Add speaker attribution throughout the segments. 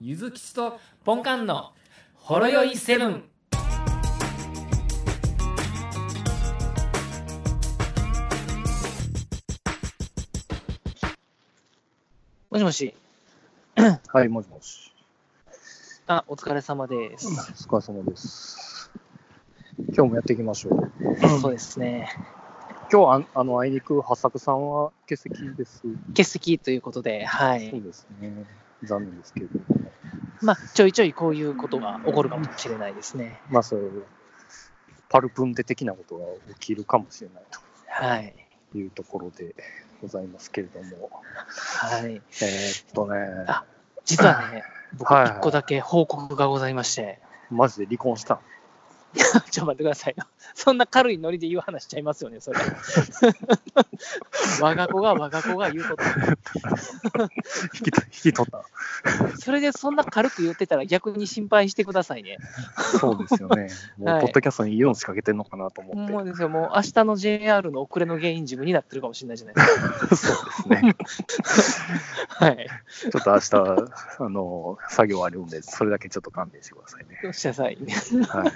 Speaker 1: ゆずきちとポンカンのほろよいセブン。
Speaker 2: もしもし。
Speaker 3: はい、もしもし。
Speaker 2: あ、お疲れ様です。
Speaker 3: お疲れ様です。今日もやっていきましょう。
Speaker 2: そうですね。
Speaker 3: 今日ああの、あいにく、八作さんは欠席です。
Speaker 2: 欠席ということで、は
Speaker 3: そ
Speaker 2: い。
Speaker 3: うですね。残念ですけど。
Speaker 2: まあ、ちょいちょいこういうことが起こるかもしれないですね。
Speaker 3: まあ、そういう、パルプンデ的なことが起きるかもしれない
Speaker 2: はい。
Speaker 3: というところでございますけれども。
Speaker 2: はい。
Speaker 3: えーっとね、
Speaker 2: あ実はね、僕、
Speaker 3: はいはい
Speaker 2: 一個だけ報告がございまして。
Speaker 3: マジで離婚したん
Speaker 2: ちょっと待ってくださいよ。そんな軽いノリで言う話しちゃいますよね、それ。 我が子が我が子が言うこと。
Speaker 3: 引きと引き取 った。
Speaker 2: それでそんな軽く言ってたら逆に心配してくださいね。
Speaker 3: そうですよね。も
Speaker 2: は
Speaker 3: う、
Speaker 2: い
Speaker 3: ポッドキャストにイオン仕掛けてんのかなと思って。
Speaker 2: もうですよ、もう明日の JR の遅れの原因自分になってるかもしれないじゃないですか。
Speaker 3: そうですね。
Speaker 2: はい。
Speaker 3: ちょっと明日、 あの、作業あるんで、それだけちょっと勘弁してくださいね。
Speaker 2: どうしたさい。
Speaker 3: はい。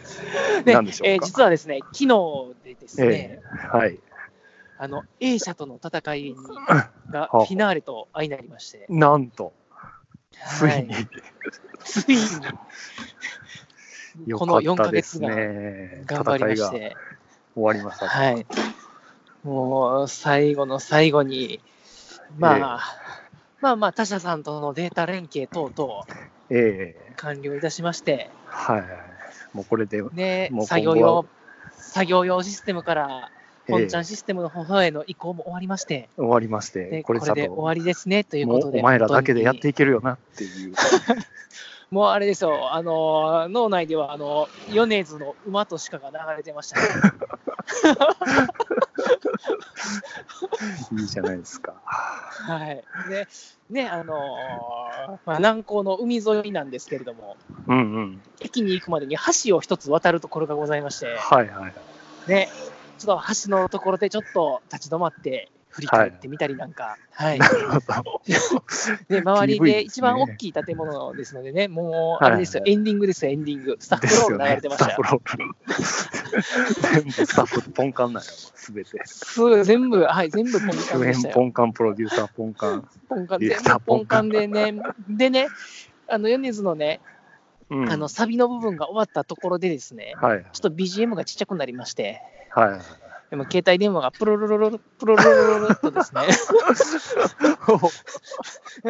Speaker 2: で
Speaker 3: なんでしょ
Speaker 2: え
Speaker 3: う
Speaker 2: ー
Speaker 3: か。
Speaker 2: 実はですね、昨日でですね、
Speaker 3: はい。
Speaker 2: あの A 社との戦いにがフ
Speaker 3: ほう
Speaker 2: ィナーレと相成りまして、
Speaker 3: なんと、つ
Speaker 2: はい
Speaker 3: に、
Speaker 2: ついに、
Speaker 3: よ
Speaker 2: こ
Speaker 3: か
Speaker 2: の
Speaker 3: っ
Speaker 2: 4
Speaker 3: た
Speaker 2: ヶ
Speaker 3: です
Speaker 2: 月間、
Speaker 3: ね。
Speaker 2: 頑張りまし
Speaker 3: 戦いが
Speaker 2: て、
Speaker 3: 終わりました。
Speaker 2: はい、もう最後の最後
Speaker 3: え
Speaker 2: に、
Speaker 3: え
Speaker 2: まあ、まあまあ、他社さんとのデータ連携等々
Speaker 3: ええ
Speaker 2: 完了いたしまして、
Speaker 3: はい。もうこれで、
Speaker 2: ね
Speaker 3: もう今後は、
Speaker 2: 作業用、作業用システムから、
Speaker 3: え
Speaker 2: 本
Speaker 3: え
Speaker 2: ちゃんシステムの方への移行も終わりまして、
Speaker 3: 終わりまし
Speaker 2: で
Speaker 3: て、
Speaker 2: こ
Speaker 3: こ
Speaker 2: れ
Speaker 3: れちゃん
Speaker 2: で終わ
Speaker 3: と、
Speaker 2: りですねという
Speaker 3: も
Speaker 2: こ
Speaker 3: う
Speaker 2: とで、
Speaker 3: お前らだけでやって
Speaker 2: 本
Speaker 3: いけるよなっていう。
Speaker 2: 当にもうあれですよ、あのー脳内ではあの米津の馬と鹿が流れてました、ね、
Speaker 3: いいじゃないですか。
Speaker 2: はいでねあのーまあ、南港の海沿いなんですけれども、
Speaker 3: うんうん。
Speaker 2: 駅に行くまでに橋を一つ渡るところがございまして、
Speaker 3: はいはい。
Speaker 2: ね、ちょっと橋のところでちょっと立ち止まって、振り返ってみたりなんか、はい
Speaker 3: なるほど。
Speaker 2: で周り
Speaker 3: PV です
Speaker 2: で
Speaker 3: ね
Speaker 2: 一番大きい建物ですのでね、もうあれですよ、
Speaker 3: はい
Speaker 2: エンディングですよ、エンディング、スタッ
Speaker 3: で
Speaker 2: フロ
Speaker 3: す
Speaker 2: ー
Speaker 3: よ
Speaker 2: ル流
Speaker 3: ね
Speaker 2: れ。てま
Speaker 3: ス
Speaker 2: し
Speaker 3: タ
Speaker 2: た
Speaker 3: ッ
Speaker 2: よ
Speaker 3: フ。ロール。全部スタッフポンカンなんや、すべて。
Speaker 2: そう全部、はい、全部ポンカン
Speaker 3: 主
Speaker 2: でした
Speaker 3: 演
Speaker 2: よ。
Speaker 3: ポンカンプロデューサーポンカン。
Speaker 2: ポンカン、
Speaker 3: ディレ
Speaker 2: 全
Speaker 3: クター
Speaker 2: 部ポンカンでね、でね、あの、米津のね、
Speaker 3: うん
Speaker 2: あの、サビの部分が終わったところでですね、
Speaker 3: はいはい
Speaker 2: ちょっと BGM がちっちゃくなりまして、
Speaker 3: はいはい。
Speaker 2: でも携帯電話がプロロロロロ、プロロロロロっとですね、よ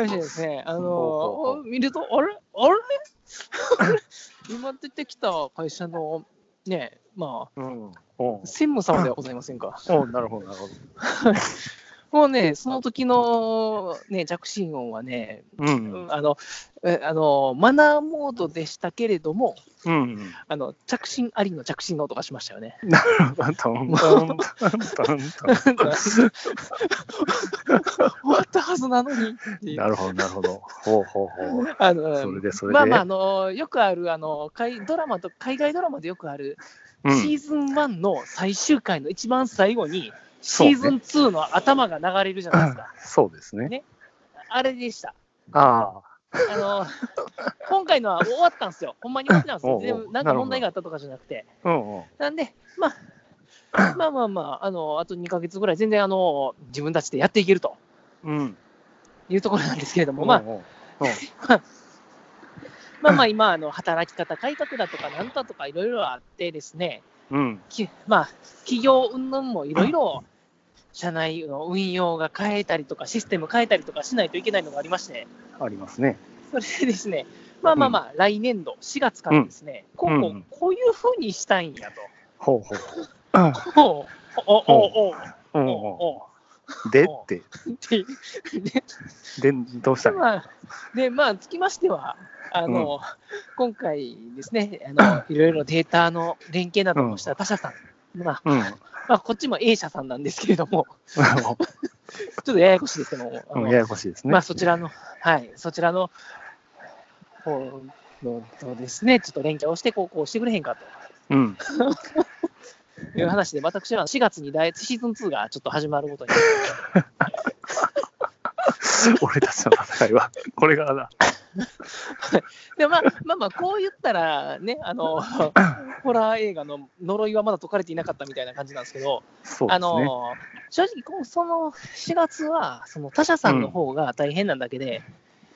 Speaker 2: しですね、あのー
Speaker 3: ほうほうほう
Speaker 2: お見ると、あれあれ今出てきた会社の、ね、まあ、
Speaker 3: うん。おう
Speaker 2: 専務様ではございませんか。
Speaker 3: おうなるほど、なるほど。
Speaker 2: もうね、その時の、ね、着信音はね、
Speaker 3: うん。
Speaker 2: あの、えあの、マナーモードでしたけれども、
Speaker 3: うん。
Speaker 2: あの、着信ありの着信の音がしましたよね。
Speaker 3: トントントントントン
Speaker 2: 終わったはずなのにっていう
Speaker 3: なるほど、なるほど。ほうほうほう。
Speaker 2: あの
Speaker 3: それで、それで。
Speaker 2: まあまあ、あの、よくある、あの、海ドラマと、海外ドラマでよくある、
Speaker 3: うん
Speaker 2: シーズン1の最終回の一番最後に、
Speaker 3: そう
Speaker 2: シ
Speaker 3: ね
Speaker 2: ーズン2の頭が流れるじゃないですか。
Speaker 3: そうですね。
Speaker 2: ねあれでした。
Speaker 3: あ
Speaker 2: あの、今回のは終わったんですよ。ほんまに終わってたんですよ。
Speaker 3: おうおう
Speaker 2: でもな
Speaker 3: な
Speaker 2: んか
Speaker 3: るほど
Speaker 2: 問題があったとかじゃなくて。
Speaker 3: あ。うんうん。
Speaker 2: なんで、まあ、まあまあまあ、あの、あと2ヶ月ぐらい、全然、あの、自分たちでやっていけると
Speaker 3: うん。
Speaker 2: いうところなんですけれども、まあ、
Speaker 3: うんうん
Speaker 2: まあまあ、今、あの、働き方改革だとか、なんだとか、いろいろあってですね、
Speaker 3: うん。
Speaker 2: きまあ、企業云々もいろいろ、社内の運用が変えたりとか、システム変えたりとかしないといけないのがありまして、
Speaker 3: ありますね。
Speaker 2: それでですね、まあまあまあ、来年度、4月からですね、
Speaker 3: う
Speaker 2: 今
Speaker 3: ん
Speaker 2: 後
Speaker 3: うん、
Speaker 2: こういうふうにしたいんや
Speaker 3: ほうほうほう
Speaker 2: と。おうおうおうおう
Speaker 3: う
Speaker 2: お
Speaker 3: ん
Speaker 2: う
Speaker 3: う。
Speaker 2: おうん
Speaker 3: でって、
Speaker 2: っていうで
Speaker 3: で、どうしたの
Speaker 2: まあ、で、まあ、つきましては、あの、今回ですね、あの、いろいろデータの連携などもした他社さん、まあ、
Speaker 3: うん。
Speaker 2: まあ、こっちも A 社さんなんですけれども、
Speaker 3: う
Speaker 2: ちょっとややこしいですけども、あ
Speaker 3: ん
Speaker 2: の
Speaker 3: ややこしいですね。
Speaker 2: まあ、そちらの、はい、そちらの、ほうのとですね、ちょっと連携をして、こう、こうしてくれへんか
Speaker 3: うん。
Speaker 2: という話で、私は4月に第シーズン2がちょっと始まることに、
Speaker 3: 俺たちの戦いは、これからだ。
Speaker 2: で、まあ、まあまあ、こう言ったら、ね、あの、ホラー映画の呪いはまだ解かれていなかったみたいな感じなんですけど、
Speaker 3: そうで
Speaker 2: あ
Speaker 3: すね。
Speaker 2: の、正直、このその4月は、その他社さんの方が大変なんだけで、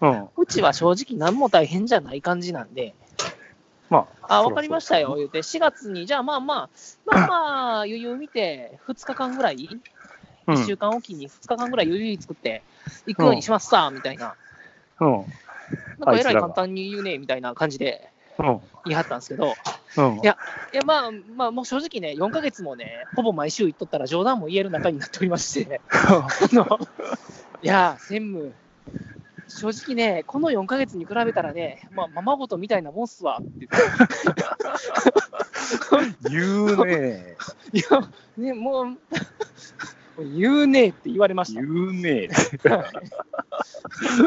Speaker 3: うん。
Speaker 2: うちは正直何も大変じゃない感じなんで、
Speaker 3: まあ、そろそ
Speaker 2: あ、
Speaker 3: ろ
Speaker 2: わかりましたよ、。言うて、4月に、じゃあまあまあ、まあまあ、余裕見て、2日間ぐらい、
Speaker 3: うん。
Speaker 2: 1週間おきに2日間ぐらい余裕作って、行くようにしますさ、みたいな。
Speaker 3: うん。
Speaker 2: なんかえら
Speaker 3: あいつら
Speaker 2: い
Speaker 3: が
Speaker 2: 簡単に言うね、みたいな感じで
Speaker 3: うん。
Speaker 2: 言い張ったんですけど、
Speaker 3: うん
Speaker 2: い やいや、まあ、まあ、もう正直ね、4ヶ月もね、ほぼ毎週行っとったら冗談も言える中になっており まして、あの、いや、専務、正直ね、この4ヶ月に比べたらね、まあ、ままごとみたいなもんっすわって
Speaker 3: 言うね
Speaker 2: 言って、いや、ね、もう、 もう言うねえって言われました
Speaker 3: 言。うね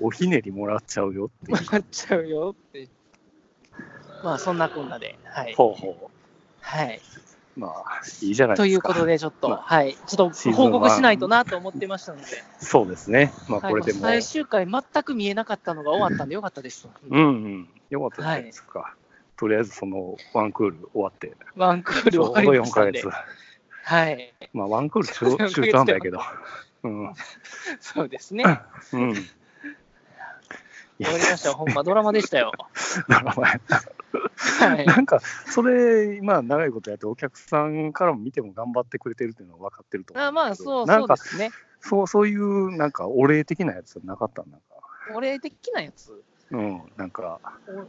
Speaker 3: おひねりもらっちゃうよっていう。
Speaker 2: 分かっちゃうよって。まあ、そんなこんなで、はい。
Speaker 3: ほうほ
Speaker 2: はい。
Speaker 3: う。まあ、いいじゃない
Speaker 2: とい
Speaker 3: です
Speaker 2: う
Speaker 3: か。
Speaker 2: ことで、ちょっと、
Speaker 3: まあ
Speaker 2: はい。ちょっと報告しないとなと思ってましたので、
Speaker 3: そうですね。まあ、
Speaker 2: はい
Speaker 3: これでも。
Speaker 2: 最終回、全く見えなかったのが終わったんで、よかったです。
Speaker 3: うんうん。よかったじゃないですか。とりあえず、その、ワンクール終わって、
Speaker 2: ワンクー
Speaker 3: ち
Speaker 2: ル
Speaker 3: ょう
Speaker 2: 終わ
Speaker 3: ど
Speaker 2: りま
Speaker 3: 4
Speaker 2: した
Speaker 3: ヶ
Speaker 2: んで
Speaker 3: 月。。
Speaker 2: はい。
Speaker 3: まあ、ワンクール中
Speaker 2: 四ヶ月
Speaker 3: 中途半端やけど。うん。うん。
Speaker 2: そうです ね。わか
Speaker 3: い
Speaker 2: り
Speaker 3: や
Speaker 2: ました。ほんま、ドラマでした よ。
Speaker 3: なるほどね
Speaker 2: は い。
Speaker 3: なんか、それ、今、長いことやって、お客さんからも見ても頑張ってくれてるっていうのは分かってると思う。
Speaker 2: あまあ、そう、
Speaker 3: な
Speaker 2: そ
Speaker 3: ん
Speaker 2: うで
Speaker 3: か
Speaker 2: すね。
Speaker 3: そう、そういう、なんか、お礼的なやつなかったなんか。
Speaker 2: お礼的なやつ。
Speaker 3: うん、なんか、
Speaker 2: お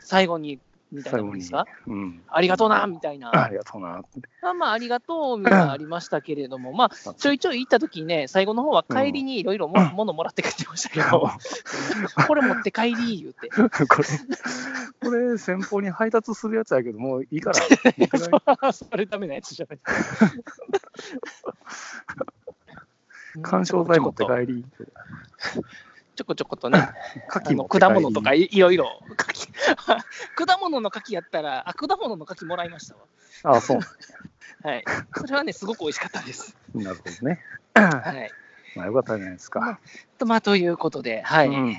Speaker 2: 最後に、みたいな
Speaker 3: 最後
Speaker 2: もん
Speaker 3: に
Speaker 2: ですか。
Speaker 3: うん。
Speaker 2: ありがとうな、みたいな。
Speaker 3: ありがとうなって。
Speaker 2: まあまあ、ありがとう、みたいなのありましたけ れども、まあ、ちょいちょい行った時にね、最後の方は帰りにいろいろもものもらって帰ってましたけど、 これ持って帰り、言うて。
Speaker 3: これ、これ、先方に配達するやつやけど、もういいから、
Speaker 2: それダメなやつじゃ ない。
Speaker 3: 干渉剤持って
Speaker 2: り。
Speaker 3: 帰り、
Speaker 2: ちょこちょことね、
Speaker 3: 牡蠣
Speaker 2: あの
Speaker 3: 持って帰り。
Speaker 2: 果物とかいいろいろ。柿 果物の柿やったら、あ、果物の柿もらいましたわ。
Speaker 3: あ、そう。
Speaker 2: はい。それはね、すごく美味しかったです。
Speaker 3: なるほどね。
Speaker 2: はい。
Speaker 3: まあ、よかったじゃないですか。
Speaker 2: とまあ、ということで、はい。
Speaker 3: うん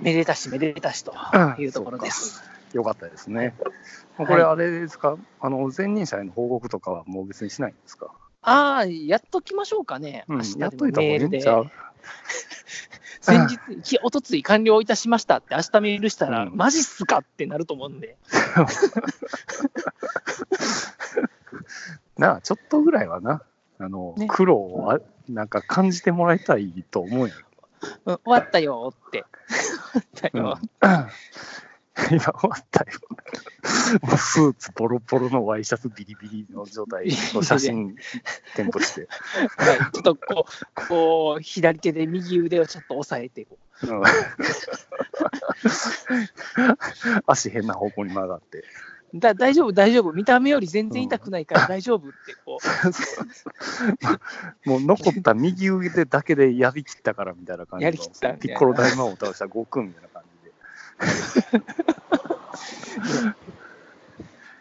Speaker 2: めでたし、めでたしと
Speaker 3: うん
Speaker 2: いうところです。
Speaker 3: よかったですね。
Speaker 2: はい
Speaker 3: これ、あれですか、あの前任者への報告とかはもう別にしないんですか。
Speaker 2: ああ、やっときましょうかね。
Speaker 3: うん
Speaker 2: 明日、で
Speaker 3: や
Speaker 2: も
Speaker 3: っといた方が
Speaker 2: メ
Speaker 3: い
Speaker 2: ー
Speaker 3: い
Speaker 2: ル
Speaker 3: ん
Speaker 2: で
Speaker 3: ちゃう。
Speaker 2: 先日、きおとつい完了いたしましたって、明日メールしたら、
Speaker 3: うん
Speaker 2: マジっすかってなると思うんで、
Speaker 3: なあ、ちょっとぐらいはな、あの、
Speaker 2: ね
Speaker 3: 苦労をあなんか感じてもらいたいと思うよ。
Speaker 2: うん終わったよって。 終わっ
Speaker 3: うん、
Speaker 2: た よ
Speaker 3: 今。終わったよ。もうスーツボロボロのワイシャツビリビリの状態の写真添付して。
Speaker 2: はい、ちょっとこう、こう、左手で右腕をちょっと押さえてこう、
Speaker 3: うん 足変な方向に曲がって。
Speaker 2: だ大丈夫、大丈夫、見た目より全然痛くな いから大丈夫って、こう、
Speaker 3: もう残った右腕だけでやりきったからみたいな感じの
Speaker 2: やりきったみたいな
Speaker 3: ピッコロ大魔王を倒した悟空みたいな感じで。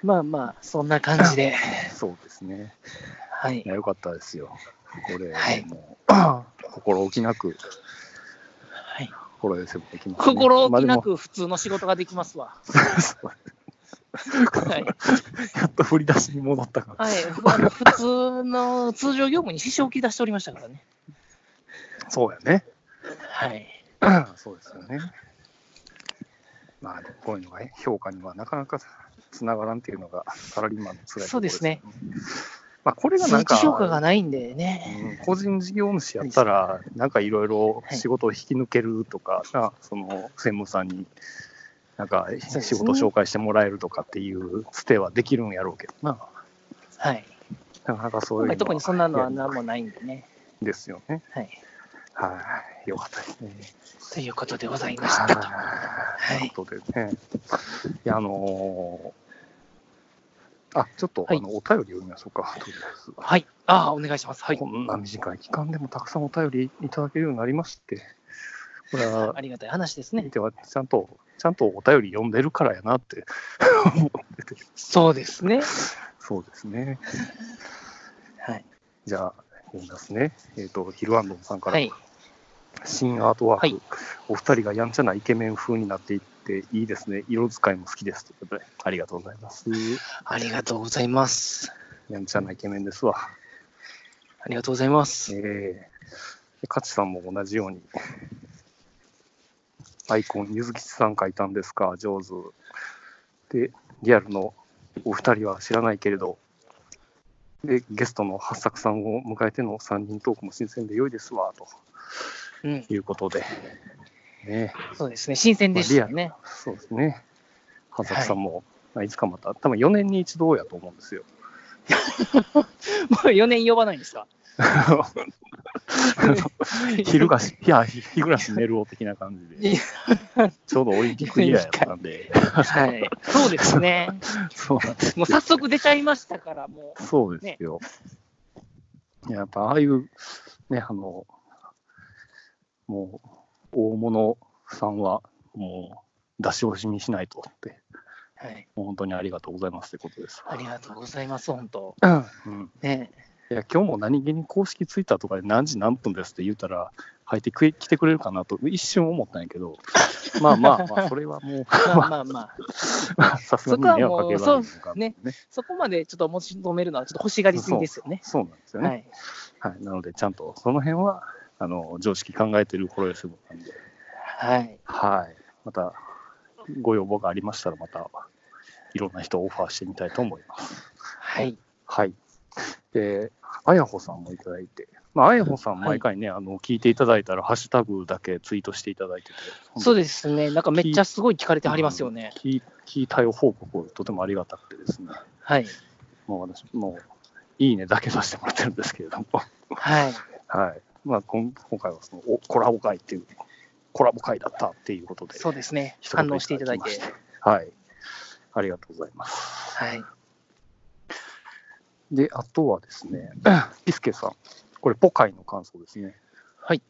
Speaker 2: まあまあ、そんな感じで、
Speaker 3: そうですね。
Speaker 2: はい
Speaker 3: い、やよかったですよ。これ、
Speaker 2: はい
Speaker 3: もう心置きなく、
Speaker 2: はい、
Speaker 3: 心寄せもできます、ね。
Speaker 2: 心置きな
Speaker 3: ま
Speaker 2: く普通の仕事ができますわ。
Speaker 3: あでも そう
Speaker 2: はい、
Speaker 3: やっと振り出しに戻ったから。
Speaker 2: はい、あの普通の通常業務に支障をき出しておりましたからね。
Speaker 3: そうやね。
Speaker 2: はい、
Speaker 3: そうですよね。まあ、こういうのがね評価にはなかなかつながらんっていうのがサラリーマンの辛いところ
Speaker 2: そうですね。
Speaker 3: まあ、これがな
Speaker 2: 数
Speaker 3: んか
Speaker 2: 値評価がないんでね。
Speaker 3: うん個人事業主やったら、なんかいろいろ仕事を引き抜けるとか、なその専務さんに、なんか
Speaker 2: すね
Speaker 3: 仕事紹介してもらえるとかっていうつてはできるんやろうけどな、
Speaker 2: はい、
Speaker 3: なかなかそうい
Speaker 2: 今
Speaker 3: う
Speaker 2: 回特
Speaker 3: の
Speaker 2: にそんなのは何もないんでね。
Speaker 3: ですよね。
Speaker 2: はい、
Speaker 3: はい、よかったですね。
Speaker 2: ということでございましたと。
Speaker 3: はいということでね、いや、あのーあちょっと、
Speaker 2: はい
Speaker 3: あのお便り読みましょうか、とりあえず。
Speaker 2: はい、ああ、お願いします。はい
Speaker 3: こ、んな短い期間でもたくさんお便りいただけるようになりまして、これは
Speaker 2: ありがたい話です
Speaker 3: 見
Speaker 2: ね。
Speaker 3: てはちゃんと、ちゃんとお便り読んでるからやなって、
Speaker 2: そうですね。
Speaker 3: そうですね。
Speaker 2: はい。
Speaker 3: じゃあ、読みますね。えっ、と、ヒルアンドンさんから、
Speaker 2: はい。
Speaker 3: 新アートワーク、
Speaker 2: はい
Speaker 3: お二人がやんちゃなイケメン風になっていっていいですね。色使いも好きです。ということで、ありがとうございます。
Speaker 2: ありがとうございます。
Speaker 3: やんちゃなイケメンですわ。
Speaker 2: ありがとうございます。
Speaker 3: ええで勝さんも同じように。アイコン、ゆずきちさん書いたんですか、上手。で、リアルのお二人は知らないけれど、で、ゲストの八作さんを迎えての三人トークも新鮮で良いですわ、
Speaker 2: うん
Speaker 3: と、いうことで。ね
Speaker 2: そうですね。新鮮でしたね。
Speaker 3: そうですね。葉作さんも、まあいつかまた、多分4年に一度やと思うんですよ。
Speaker 2: もう4年呼ばないんです か
Speaker 3: 昼がし、いや、昼がし寝るを的な感じ
Speaker 2: い
Speaker 3: で、ちょうどオリンピック以来やったんで、
Speaker 2: はい。そうですね。
Speaker 3: そうなんです
Speaker 2: もう早速出ちゃいましたから、も
Speaker 3: そうですよ。いややっぱ、ああいう、ね、あの、もう、大物さんは、もう、出し惜しみしないとって、
Speaker 2: う。はい。
Speaker 3: もう本当にありがとうございますということです。
Speaker 2: ありがとうございます、本当。
Speaker 3: うん
Speaker 2: ね。
Speaker 3: いや今日も何気に公式ツイッターとかで何時何分ですって言うたら入ってくれ来てくれるかなと一瞬思ったんやけどまあまあ まあそれはも
Speaker 2: まあまあまあ。
Speaker 3: うさすがに迷惑かけられるか
Speaker 2: そこはもうそうね
Speaker 3: ね
Speaker 2: そこまでちょっと持ち止めるのはちょっと欲しがりすぎですよね。
Speaker 3: そうなんですよね、
Speaker 2: は
Speaker 3: はい
Speaker 2: い。
Speaker 3: なのでちゃんとその辺はあの常識考えてる頃ですなんで、
Speaker 2: はい。
Speaker 3: はい、またご要望がありましたらまたいろんな人をオファーしてみたいと思います。
Speaker 2: はい。
Speaker 3: はい。で、あやほさんもいただいて、まあ、あやほさん、
Speaker 2: はい
Speaker 3: 毎回ね、あの、聞いていただいたら、ハッシュタグだけツイートしていただいてて、
Speaker 2: そう
Speaker 3: で
Speaker 2: ですね。なんかめっちゃすごい聞かれてはりますよね。
Speaker 3: 聞い聞いたよ報告をとてもありがたくてですね、
Speaker 2: はい。
Speaker 3: もう私、もう、いいねだけさせてもらってるんですけれども、
Speaker 2: はい。
Speaker 3: はい。まあ、今今回はそのお、コラボ会っていう、コラボ会だったっていうことで、
Speaker 2: そうですね。
Speaker 3: 一言
Speaker 2: 反応していただい
Speaker 3: きま
Speaker 2: て
Speaker 3: し。はい。ありがとうございます。
Speaker 2: はい。
Speaker 3: で、あとはですね、ピスケさん、これ、ポカイの感想ですね。
Speaker 2: はい。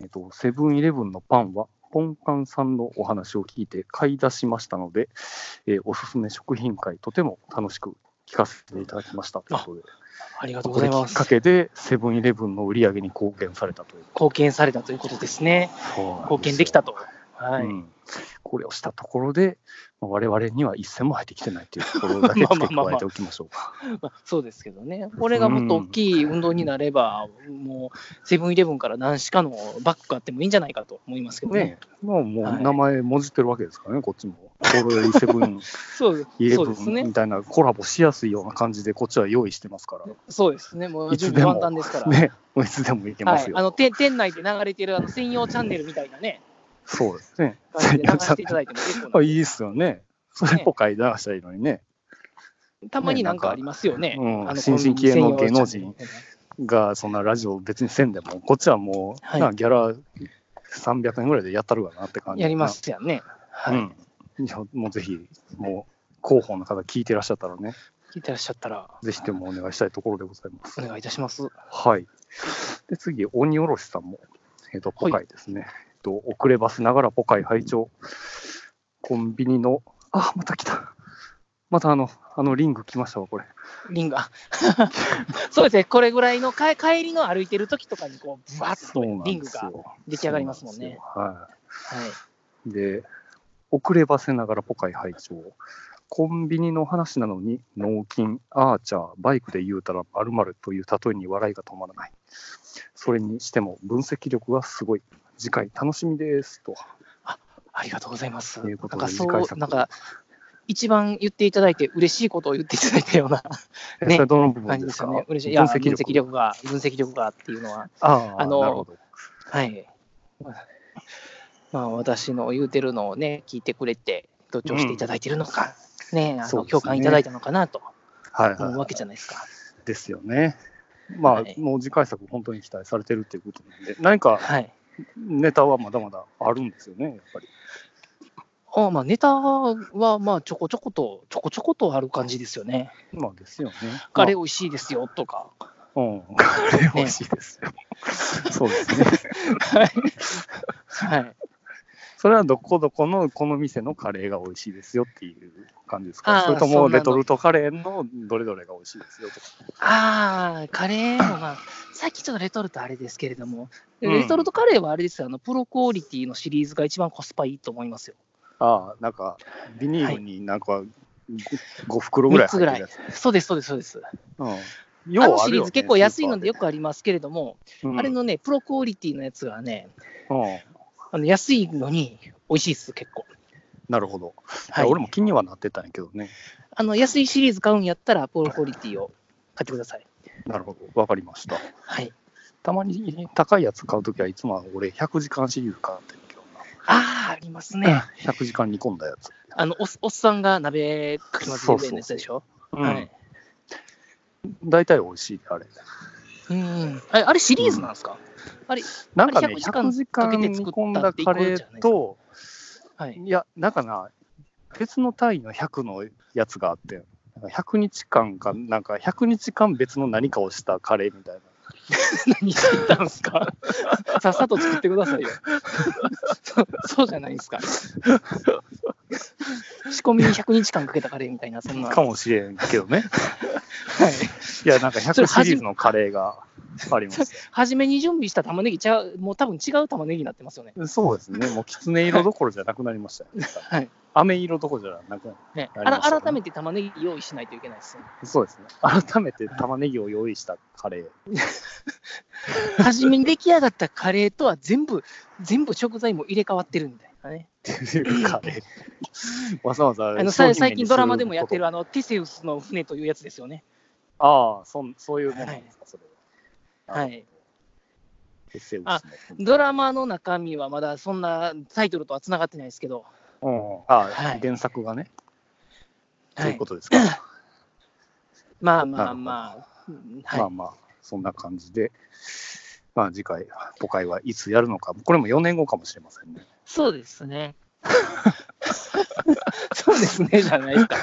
Speaker 3: えっと、セブンイレブンのパンは、ポンカンさんのお話を聞いて買い出しましたので、えーおすすめ食品会、とても楽しく聞かせていただきましたということで、
Speaker 2: ありがとうご
Speaker 3: こ
Speaker 2: ざ
Speaker 3: れき
Speaker 2: いま
Speaker 3: っか
Speaker 2: す。
Speaker 3: けで、セブンイレブンの売り上げに貢献されたという。
Speaker 2: 貢献されたということですね。貢献できたと。はい。
Speaker 3: うん、これをしたところで、まあ我々には一銭も入ってきてないというところ だけ付け加えておきましょうか。
Speaker 2: まあ、そうですけどね、これがもっと大きい運動になれば、もうセブンイレブンから何しかのバッグあってもいいんじゃないかと思いますけどね。
Speaker 3: ねえ、まあも
Speaker 2: は
Speaker 3: う
Speaker 2: い
Speaker 3: 名前もじってるわけですからね、こっちも。ホロヨイセブ ン
Speaker 2: そう
Speaker 3: イレ
Speaker 2: そう
Speaker 3: ブ
Speaker 2: です
Speaker 3: ン
Speaker 2: ね
Speaker 3: み。たいなコラボしやすいような感じで、こっちは用意してますか
Speaker 2: そうですね。もう
Speaker 3: いつ
Speaker 2: 準
Speaker 3: で
Speaker 2: 備
Speaker 3: も
Speaker 2: 万端ですから
Speaker 3: ら。。ね、 いつでもいけま
Speaker 2: は
Speaker 3: す
Speaker 2: い
Speaker 3: よ。、
Speaker 2: あのて店内で流れてるあの専用チャンネルみたいなね、
Speaker 3: そうですね。
Speaker 2: 感じで流していただいても結構
Speaker 3: あ
Speaker 2: ない
Speaker 3: いですよね。それっぽかい流したらいいのにね。
Speaker 2: たまになんかありますよね。
Speaker 3: うん
Speaker 2: あの
Speaker 3: 新進気鋭の芸能。
Speaker 2: コン
Speaker 3: 人
Speaker 2: ビニ専用チャンネル
Speaker 3: が、そんなラジオ別にせんでも、こっちはもう、
Speaker 2: はい
Speaker 3: なギャラ300円ぐらいでやったるわなって感じ。
Speaker 2: やりま。すやんね。はい。
Speaker 3: うん。いやもうぜひ、もう広報の方聞いてらっしゃったらね、
Speaker 2: 聞いてらっしゃったら、
Speaker 3: ぜひともお願いしたいところでございます
Speaker 2: お。願いいたします。
Speaker 3: はい。で、次、鬼おろしさんも、えっ、と、
Speaker 2: は
Speaker 3: ポ
Speaker 2: い
Speaker 3: カイですね。えっと、遅ればせながらポカイ拝聴。コンビニの、あ、また来た。またあの、あのリング来ましたわ、これ。
Speaker 2: リンガ。 そうですね、これぐらいのか帰りの歩いてる時とかにこう、ぶわっと
Speaker 3: そうなん
Speaker 2: リン
Speaker 3: で
Speaker 2: グ
Speaker 3: す
Speaker 2: が
Speaker 3: よ。
Speaker 2: 出来上がりますもんね。
Speaker 3: そうなんで
Speaker 2: はい。
Speaker 3: すよ。はい。で、遅ればせながらポカイ拝聴。コンビニの話なのに、納金、アーチャー、バイクで言うたら〇〇という例えに笑いが止まらない。それにしても分析力がすごい。次回楽しみです。と。
Speaker 2: ありがとうございます。
Speaker 3: ということで
Speaker 2: なんか
Speaker 3: 次回
Speaker 2: そう、
Speaker 3: 作
Speaker 2: なんか、一番言っていただいて、嬉しいことを言っていただいたような
Speaker 3: え
Speaker 2: ね
Speaker 3: それどの部分
Speaker 2: 感
Speaker 3: で
Speaker 2: じですす
Speaker 3: か
Speaker 2: よね。嬉しい。いや、分
Speaker 3: 分析力
Speaker 2: 析力が、分析力がっていうのは、
Speaker 3: ああ
Speaker 2: あの
Speaker 3: なるほど。
Speaker 2: はい。まあ、私の言うてるのをね、聞いてくれて、同調していただいてるのか、ね、あ
Speaker 3: そう
Speaker 2: の、
Speaker 3: ですね
Speaker 2: 共感いただいたのかなと
Speaker 3: はい
Speaker 2: 思う
Speaker 3: は
Speaker 2: わけじゃないですか。
Speaker 3: い。ですよね。まあ、
Speaker 2: はい
Speaker 3: もう次回作、本当に期待されてるっていうことなんで、何か
Speaker 2: はい。
Speaker 3: ネタはまだまだあるんですよね、やっぱり。
Speaker 2: あまあ、ネタは、まあ、ちょこちょこと、ちょこちょことある感じですよね。
Speaker 3: まあですよね。
Speaker 2: カレー
Speaker 3: ま
Speaker 2: 美味しいですよ、とか。
Speaker 3: あうん、カレー美味しいですよ。そうですね。
Speaker 2: はい。はい。
Speaker 3: それはどこどこのこの店のカレーが美味しいですよっていう感じですか
Speaker 2: あー
Speaker 3: それと
Speaker 2: そ
Speaker 3: も
Speaker 2: んなの
Speaker 3: レトルトカレーのどれどれが美味しいですよとか。
Speaker 2: ああ、カレーもまあ、さっきちょっとレトルトあれですけれども、
Speaker 3: うん
Speaker 2: レトルトカレーはあれですよ、あの、プロクオリティのシリーズが一番コスパいいと思いますよ。
Speaker 3: ああ、なんかビニールになんか 5, 袋ぐらい入ってるやつ。
Speaker 2: そうです、そうです、そうです。
Speaker 3: うん、
Speaker 2: あ
Speaker 3: よ
Speaker 2: の
Speaker 3: う
Speaker 2: シ
Speaker 3: る
Speaker 2: リー
Speaker 3: よね
Speaker 2: ズ結構安いのでよくありますけれども、
Speaker 3: スーパーで
Speaker 2: あれのね、プロクオリティのやつはね、
Speaker 3: うんうん
Speaker 2: あの安いのに美味しいです、結構。
Speaker 3: なるほど。
Speaker 2: は
Speaker 3: や
Speaker 2: いい
Speaker 3: 俺。も気にはなってたんやけどね。
Speaker 2: あの、安いシリーズ買うんやったら、プロクオリティを買ってください。
Speaker 3: なるほど。わかりました。
Speaker 2: はい。
Speaker 3: たまに高いやつ買うときはいつも俺100時間シリーズ買ってるけど
Speaker 2: ああ、あります
Speaker 3: な。
Speaker 2: ね。
Speaker 3: 100時間煮込んだやつ。
Speaker 2: あの、おっおっさんが鍋かき混ぜてるやつでしょ。
Speaker 3: うん
Speaker 2: はい。
Speaker 3: 大体美味しい、あれ。
Speaker 2: うん。あれ、あれシリーズなんですかあれ、
Speaker 3: なんかね、
Speaker 2: 100時間
Speaker 3: 100時間煮込んだカレーと、
Speaker 2: はい。
Speaker 3: いや、なんかな、別の単位の100のやつがあって、なんか100日間か、なんか100日間別の何かをしたカレーみたいな。
Speaker 2: 何してたんですかさっさと作ってくだ さいよ。そそうじゃないですか。仕込みに100日間かけたカレーみたいな、そんな。
Speaker 3: か
Speaker 2: はい。
Speaker 3: もしれんけどね。 いや、なんか
Speaker 2: それ
Speaker 3: 100
Speaker 2: 初め
Speaker 3: シリーズのカレーがあり ます。
Speaker 2: 初めに準備した玉ねぎ、ちゃうもう多分違う玉ねぎになってますよね。
Speaker 3: そうですね。もうきつね色どころじゃなくなりましたよね。
Speaker 2: はい。
Speaker 3: 飴色どころじゃなくなり
Speaker 2: ね、
Speaker 3: なりました
Speaker 2: あ
Speaker 3: ね
Speaker 2: ら改めて玉ねぎ用意しないといけないですね。
Speaker 3: そうですね。改めて玉ねぎを用意したカ レー。
Speaker 2: 初めに出来上がったカレーとは全部、全部食材も入れ替わってるみたいなね。
Speaker 3: っていうカレー。わざわざ
Speaker 2: あのさ最近ドラマでもやってる、。あの、テセウスの船というやつですよね。
Speaker 3: ああ、そんそういうものなんですか、それは。
Speaker 2: は。い。
Speaker 3: テセウスの
Speaker 2: あドラマの中身はまだそんなタイトルとはつながってないですけど、
Speaker 3: うん、あ、
Speaker 2: はい
Speaker 3: 原作がね、と、、
Speaker 2: はい
Speaker 3: うことですか。
Speaker 2: まあまあまあ、うんはい
Speaker 3: まあまあ、そんな感じで、まあ次回、ポカイはいつやるのか、これも4年後かもしれませんね。
Speaker 2: そうですね。 そうですね、じゃないですか。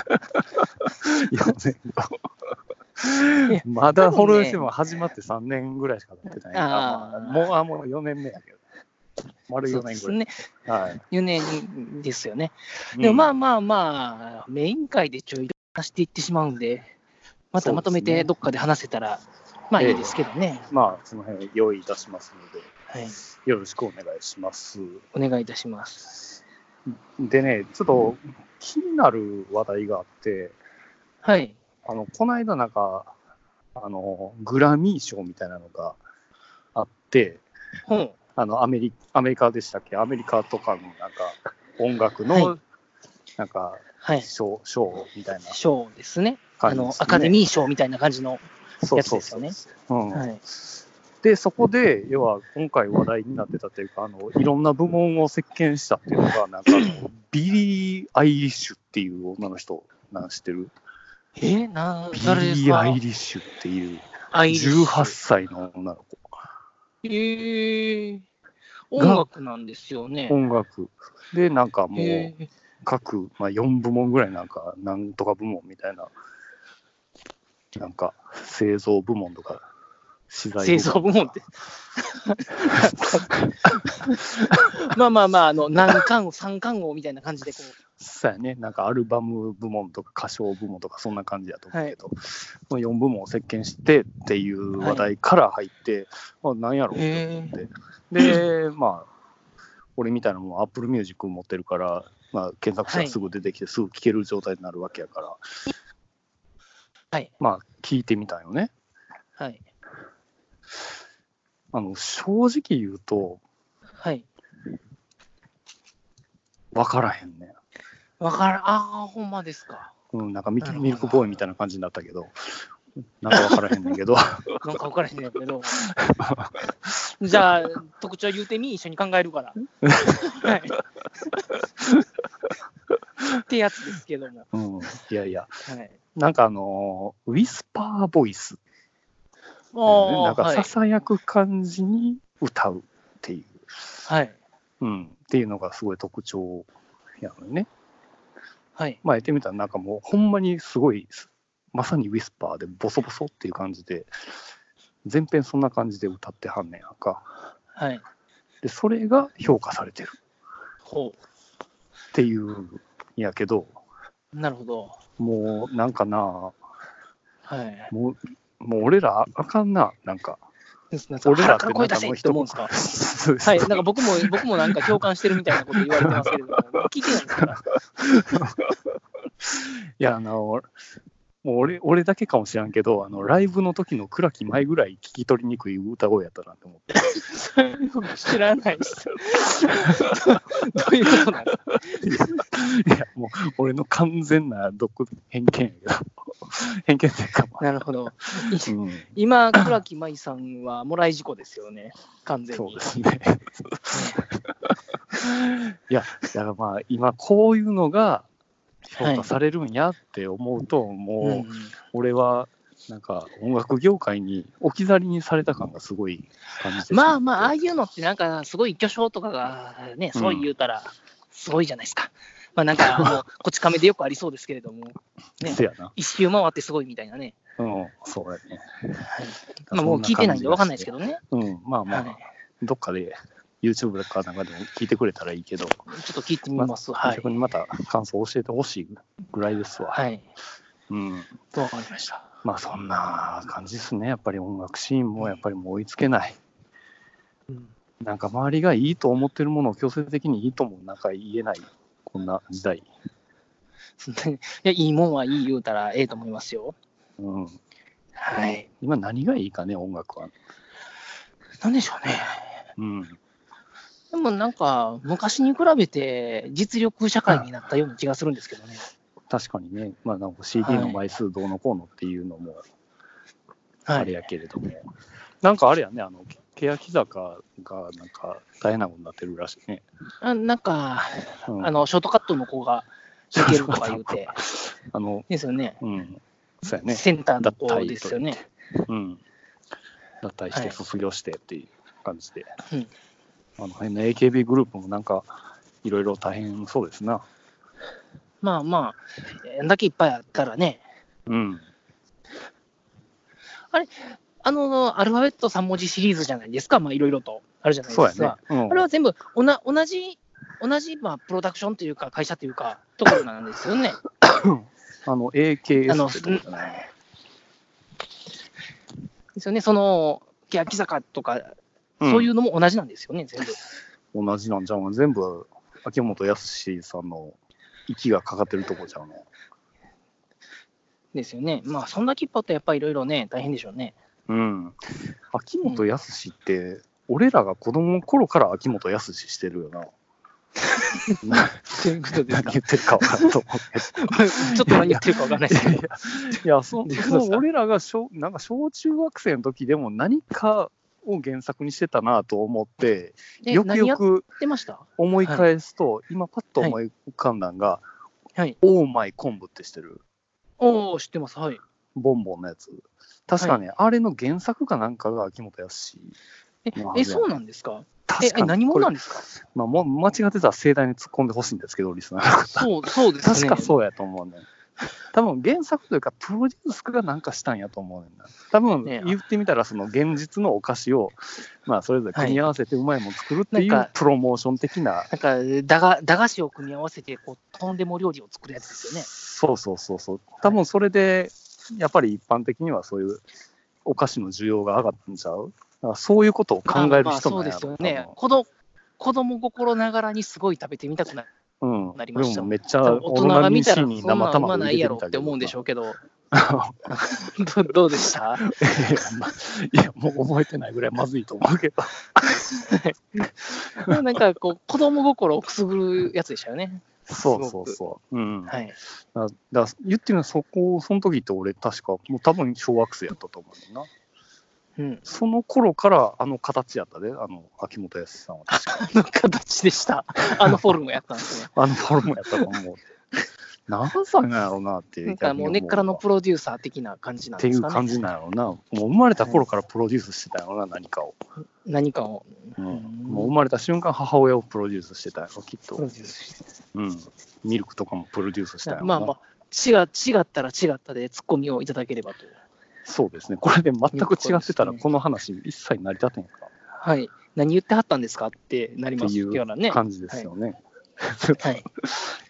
Speaker 3: 4年後
Speaker 2: いや。
Speaker 3: まだ
Speaker 2: 多分ね
Speaker 3: ホロヨシも始まって3年ぐらいしか経ってないから、ま
Speaker 2: あー
Speaker 3: あもうあもう4年目やけど、丸4
Speaker 2: そうで
Speaker 3: 年
Speaker 2: す
Speaker 3: ぐらい。
Speaker 2: ね。
Speaker 3: はい
Speaker 2: 4年ですよね。
Speaker 3: うん
Speaker 2: でもまあまあまあ、メイン会でちょい話していってしまうんで、またまとめ
Speaker 3: そうですね
Speaker 2: てどっかで話せたら、まあいいですけどね、
Speaker 3: まあ、その辺を用意いたしますので、
Speaker 2: はい。
Speaker 3: よろしくお願いします。
Speaker 2: お願いいたします。
Speaker 3: でね、ちょっと気になる話題があって、
Speaker 2: はい。
Speaker 3: あの、この間なんか、あの、グラミー賞みたいなのがあって、
Speaker 2: ほう
Speaker 3: あの、アメリアメリカでしたっけアメリカとかのなんか、音楽の、
Speaker 2: は
Speaker 3: なんか、
Speaker 2: はい。
Speaker 3: 賞、賞みたいな
Speaker 2: 賞ですね。あ
Speaker 3: 感じですね、
Speaker 2: の、アカデミー賞みたいな感じの。
Speaker 3: そう
Speaker 2: やつ
Speaker 3: そう
Speaker 2: です
Speaker 3: そ
Speaker 2: よ
Speaker 3: ううん
Speaker 2: ねはい。
Speaker 3: で、そこで、要は今回話題になってたというか、あの、いろんな部門を席巻したっていうのが、なん か、ビリー・アイリッシュっていう女の人、なん知ってる
Speaker 2: え、な、
Speaker 3: ビリ
Speaker 2: 誰です
Speaker 3: ー・
Speaker 2: か
Speaker 3: アイリッシュっていう、
Speaker 2: アイリッシュ
Speaker 3: 18歳の女の子。
Speaker 2: へえ音
Speaker 3: が
Speaker 2: 楽なんですよね。
Speaker 3: 音楽。で、なんかもう
Speaker 2: へ、え
Speaker 3: 各、まあ、4部門ぐらいなんか、なんとか部門みたいな、なんか、製造部門とか、資材
Speaker 2: 製造部門って。 まあまあまあ、あの、何巻、三巻号みたいな感じでこう。
Speaker 3: そうやね、なんかアルバム部門とか歌唱部門とか、そんな感じやと思うけど、その4部門を席巻してっていう話題から入って、まあ、なんやろうって思って、で、まあ、俺みたいなもん、Apple Music 持ってるから、まあ、検索したらすぐ出てきて、すぐ聴ける状態になるわけやから、
Speaker 2: はい。
Speaker 3: まあ、聞いてみたよね。
Speaker 2: はい。
Speaker 3: あの正直言うと、
Speaker 2: はい。
Speaker 3: 分からへんね。
Speaker 2: わからん、ああ、ほんまですか。
Speaker 3: うん、なんかミキ
Speaker 2: なるほど
Speaker 3: ミルクボーイみたいな感じになったけど、なんか分からへんねんけ ど、
Speaker 2: なんかわからへんねんけ ど。じゃあ、特徴言うてみ、一緒に考えるから。はい。ってやつですけども。
Speaker 3: うん、いやいや、
Speaker 2: はい。
Speaker 3: なんかあのーウィスパーボイス、
Speaker 2: ああ
Speaker 3: なんか
Speaker 2: はい
Speaker 3: さ。さやく感じに歌うっていう、
Speaker 2: はい。
Speaker 3: うん、っていうのがすごい特徴やのね。
Speaker 2: はい。
Speaker 3: まあ、やってみたら、なんかもう、ほんまにすごい、まさにウィスパーで、ボソボソっていう感じで、前編そんな感じで歌ってはんねんやんか。
Speaker 2: はい。
Speaker 3: で、それが評価されてる。
Speaker 2: ほ
Speaker 3: っていうんやけど、
Speaker 2: う。なるほど。
Speaker 3: もうなんかな、
Speaker 2: はい。
Speaker 3: もう、もう俺らあかんな、なんか。
Speaker 2: なんか
Speaker 3: 俺ら
Speaker 2: 腹
Speaker 3: っ
Speaker 2: か
Speaker 3: て
Speaker 2: ら
Speaker 3: な
Speaker 2: 声
Speaker 3: ん
Speaker 2: 出
Speaker 3: か
Speaker 2: せ
Speaker 3: もう
Speaker 2: って
Speaker 3: 一
Speaker 2: 思うんですか
Speaker 3: 言
Speaker 2: は い、なんか僕も、僕もなんか共感してるみたいなこと言われてますけれども、聞いてないですから。
Speaker 3: いや、あの、もう俺俺だけかもしらんけど、あのライブの時の倉木舞ぐらい聞き取りにくい歌声やったなって思って。
Speaker 2: 知らないです。どういうことなんですか
Speaker 3: いや、もう俺の完全な独偏見やけど、 偏見っていうか、まあ
Speaker 2: なるほど。
Speaker 3: うん、
Speaker 2: 今、倉木舞さんはもらい事故ですよね、完全に。
Speaker 3: そうです ね。いや、だからまあ、今こういうのが評価されるんやって思うと、
Speaker 2: う
Speaker 3: も
Speaker 2: ん
Speaker 3: う俺は、なんか音楽業界に置き去りにされた感がすごい感じてしって
Speaker 2: まあまあ、ああいうのってなんか、すごい巨匠とかがね、そう言うたら、すごいじゃないですか。まあなんか、あのこち亀でよくありそうですけれども、ね
Speaker 3: せやな。
Speaker 2: 一周回ってすごいみたいなね。
Speaker 3: うん、そうやね。
Speaker 2: まあもう聞いてないんでわかんないですけ
Speaker 3: ど。
Speaker 2: どね。
Speaker 3: うん、まあまあ、
Speaker 2: はい
Speaker 3: どっかで YouTube かなんかでも聞いてくれたらいいけど、
Speaker 2: ちょっと聞いてみます。はい
Speaker 3: 逆。にまた感想教えてほしいぐらいですわ。
Speaker 2: はい。
Speaker 3: うん、
Speaker 2: わかりました。
Speaker 3: まあそんな感じですね。やっぱり音楽シーンもやっぱりもう追いつけない。
Speaker 2: うん
Speaker 3: なんか周りがいいと思ってるものを強制的にいいともなんか言えない、こんな時代。
Speaker 2: いや、いいもんはいい言うたらええと思いますよ。
Speaker 3: うん、
Speaker 2: はい。
Speaker 3: 今何がいいかね、音楽は。
Speaker 2: なんでしょうね。
Speaker 3: うん、
Speaker 2: でもなんか、昔に比べて実力社会になったような気がするんですけどね。
Speaker 3: 確かにね、まあ、なんか CD の枚数どうのこうのっていうのも、
Speaker 2: は
Speaker 3: あれ
Speaker 2: い。
Speaker 3: やけれども、なんかあれやね、あの、け欅坂がなんか大変なことになってるらしいね。
Speaker 2: あなんか、
Speaker 3: うん、
Speaker 2: あ、の、ショートカットの子が弾けるとか言うて。
Speaker 3: あの、
Speaker 2: ですよね。
Speaker 3: うん、そうやね、
Speaker 2: センターの子ですよね。
Speaker 3: うん、脱退し
Speaker 2: は
Speaker 3: て
Speaker 2: い
Speaker 3: 卒業してっていう感じで、
Speaker 2: うん
Speaker 3: あの辺の AKB グループもなんか、いろいろ大変そうですな。
Speaker 2: まあまあ、あんだけいっぱいあったらね。
Speaker 3: うん、
Speaker 2: あの、アルファベット3文字シリーズじゃないですか。まあいろいろとあるじゃないです
Speaker 3: そう
Speaker 2: か。
Speaker 3: やね。うん
Speaker 2: あれは全部おな同じ、同じ、まあ、プロダクションというか、会社というか、ところなんで すよね。
Speaker 3: あの
Speaker 2: あの
Speaker 3: AKS ってことだね。
Speaker 2: ですよね。その、欅坂とか、
Speaker 3: ん
Speaker 2: そういうのも同じなんですよね、全部。
Speaker 3: 同じなんじゃん。全部、秋元康さんの息がかかってるとこじゃんの。
Speaker 2: ですよね。まあ、そんなきっぱってやっぱりいろいろね、大変でしょうね。
Speaker 3: うん。秋元康って、俺らが子供の頃から秋元康してるよな。
Speaker 2: ということ です
Speaker 3: 何
Speaker 2: か。
Speaker 3: 言ってるか分からんと思うけど。
Speaker 2: ちょっと何言ってるかわからないですけど。
Speaker 3: いや、そ
Speaker 2: どういうこと
Speaker 3: そ
Speaker 2: ですか
Speaker 3: の俺らが小なんか小中学生の時でも何かを原作にしてたなと思って、
Speaker 2: え
Speaker 3: よく
Speaker 2: 何や
Speaker 3: よ
Speaker 2: っ
Speaker 3: く
Speaker 2: てました
Speaker 3: 思い返すと、今パッと思い浮かんだんが、
Speaker 2: はい。
Speaker 3: オーマイ昆布ってしてる、
Speaker 2: おお知ってます。はい。
Speaker 3: ボンボンのやつ。確かね、あれの原作かなんかが秋元康。
Speaker 2: え
Speaker 3: まあ、
Speaker 2: えそうなんですかえ
Speaker 3: 確、
Speaker 2: え
Speaker 3: か
Speaker 2: 何
Speaker 3: に
Speaker 2: 者
Speaker 3: これ
Speaker 2: なんですか
Speaker 3: まあ、もう間違ってたら盛大に突っ込んでほしいんですけど、リスナーの方。
Speaker 2: そう、そうです
Speaker 3: 確
Speaker 2: ね。
Speaker 3: かそうやと思うねん。多分原作というかプロデュースがなんかしたんやと思うねんな。多分
Speaker 2: ねえ
Speaker 3: 言ってみたらその現実のお菓子をまあそれぞれ組み合わせてうまいもの作るってい
Speaker 2: なん
Speaker 3: う
Speaker 2: か
Speaker 3: プロモーション的な、
Speaker 2: なんか、駄菓駄菓子を組み合わせて、こう、とんでも料理を作るやつですよね。
Speaker 3: そうそうそうそう多分それでやっぱり一般的にはそういうお菓子の需要が上がったんちゃうだからそういうことを考える
Speaker 2: まあまあ
Speaker 3: 人
Speaker 2: そ
Speaker 3: な
Speaker 2: うん
Speaker 3: や
Speaker 2: で
Speaker 3: ろ
Speaker 2: すよね。子ど子供心ながらにすごい食べてみたくなる。
Speaker 3: 多分うん、
Speaker 2: なりまし
Speaker 3: 俺
Speaker 2: た
Speaker 3: もめっちゃ
Speaker 2: 大人が見たら、そ
Speaker 3: オロナミン C に
Speaker 2: ん
Speaker 3: 生
Speaker 2: なんうま
Speaker 3: 卵入
Speaker 2: な
Speaker 3: れ
Speaker 2: い
Speaker 3: て
Speaker 2: や
Speaker 3: み
Speaker 2: ろ
Speaker 3: た
Speaker 2: っ
Speaker 3: け
Speaker 2: て
Speaker 3: ど
Speaker 2: 思うんでしょうけど、ど どうでし
Speaker 3: い
Speaker 2: た
Speaker 3: やまいや、もう覚えてないぐらいまずいと思う けど。
Speaker 2: なんかこう、子供心をくすぐるやつでしたよね。
Speaker 3: そうそうそう。うん。
Speaker 2: はい。
Speaker 3: だだ言ってみればそこ、その時って俺確か、もう多分小学生やったと思うねんな。
Speaker 2: うん。
Speaker 3: その頃からあの形やったで、あの、秋元康さんは。
Speaker 2: あの形で した。あのフォルムやったんですね。
Speaker 3: あのフォルムやったと思う。何歳なんやろうなっていう。
Speaker 2: なんかもう根っからのプロデューサー的な感じな
Speaker 3: っ
Speaker 2: ん
Speaker 3: て
Speaker 2: で
Speaker 3: い
Speaker 2: す
Speaker 3: う
Speaker 2: か
Speaker 3: 感
Speaker 2: ね。
Speaker 3: じなんやろうな。もう生まれた頃からプロデュースしてたんやろうな、何かを。
Speaker 2: 何かを。
Speaker 3: うん。
Speaker 2: うん
Speaker 3: もう生まれた瞬間、母親をプロデュースしてたんやろ、きっ
Speaker 2: プロ
Speaker 3: と
Speaker 2: デ。ュースして
Speaker 3: うん。ミルクとかもプロデュースしたんやろうな。
Speaker 2: まあまあ、違違ったら違ったで、ツッコミをいただければと。
Speaker 3: そうですね、これで全く違ってたら、
Speaker 2: いうことですね
Speaker 3: この話、一切成り立てんか
Speaker 2: はい。何言ってはったんですかってなり
Speaker 3: って
Speaker 2: ます
Speaker 3: い
Speaker 2: ようなね。
Speaker 3: う感じですよね。
Speaker 2: はい。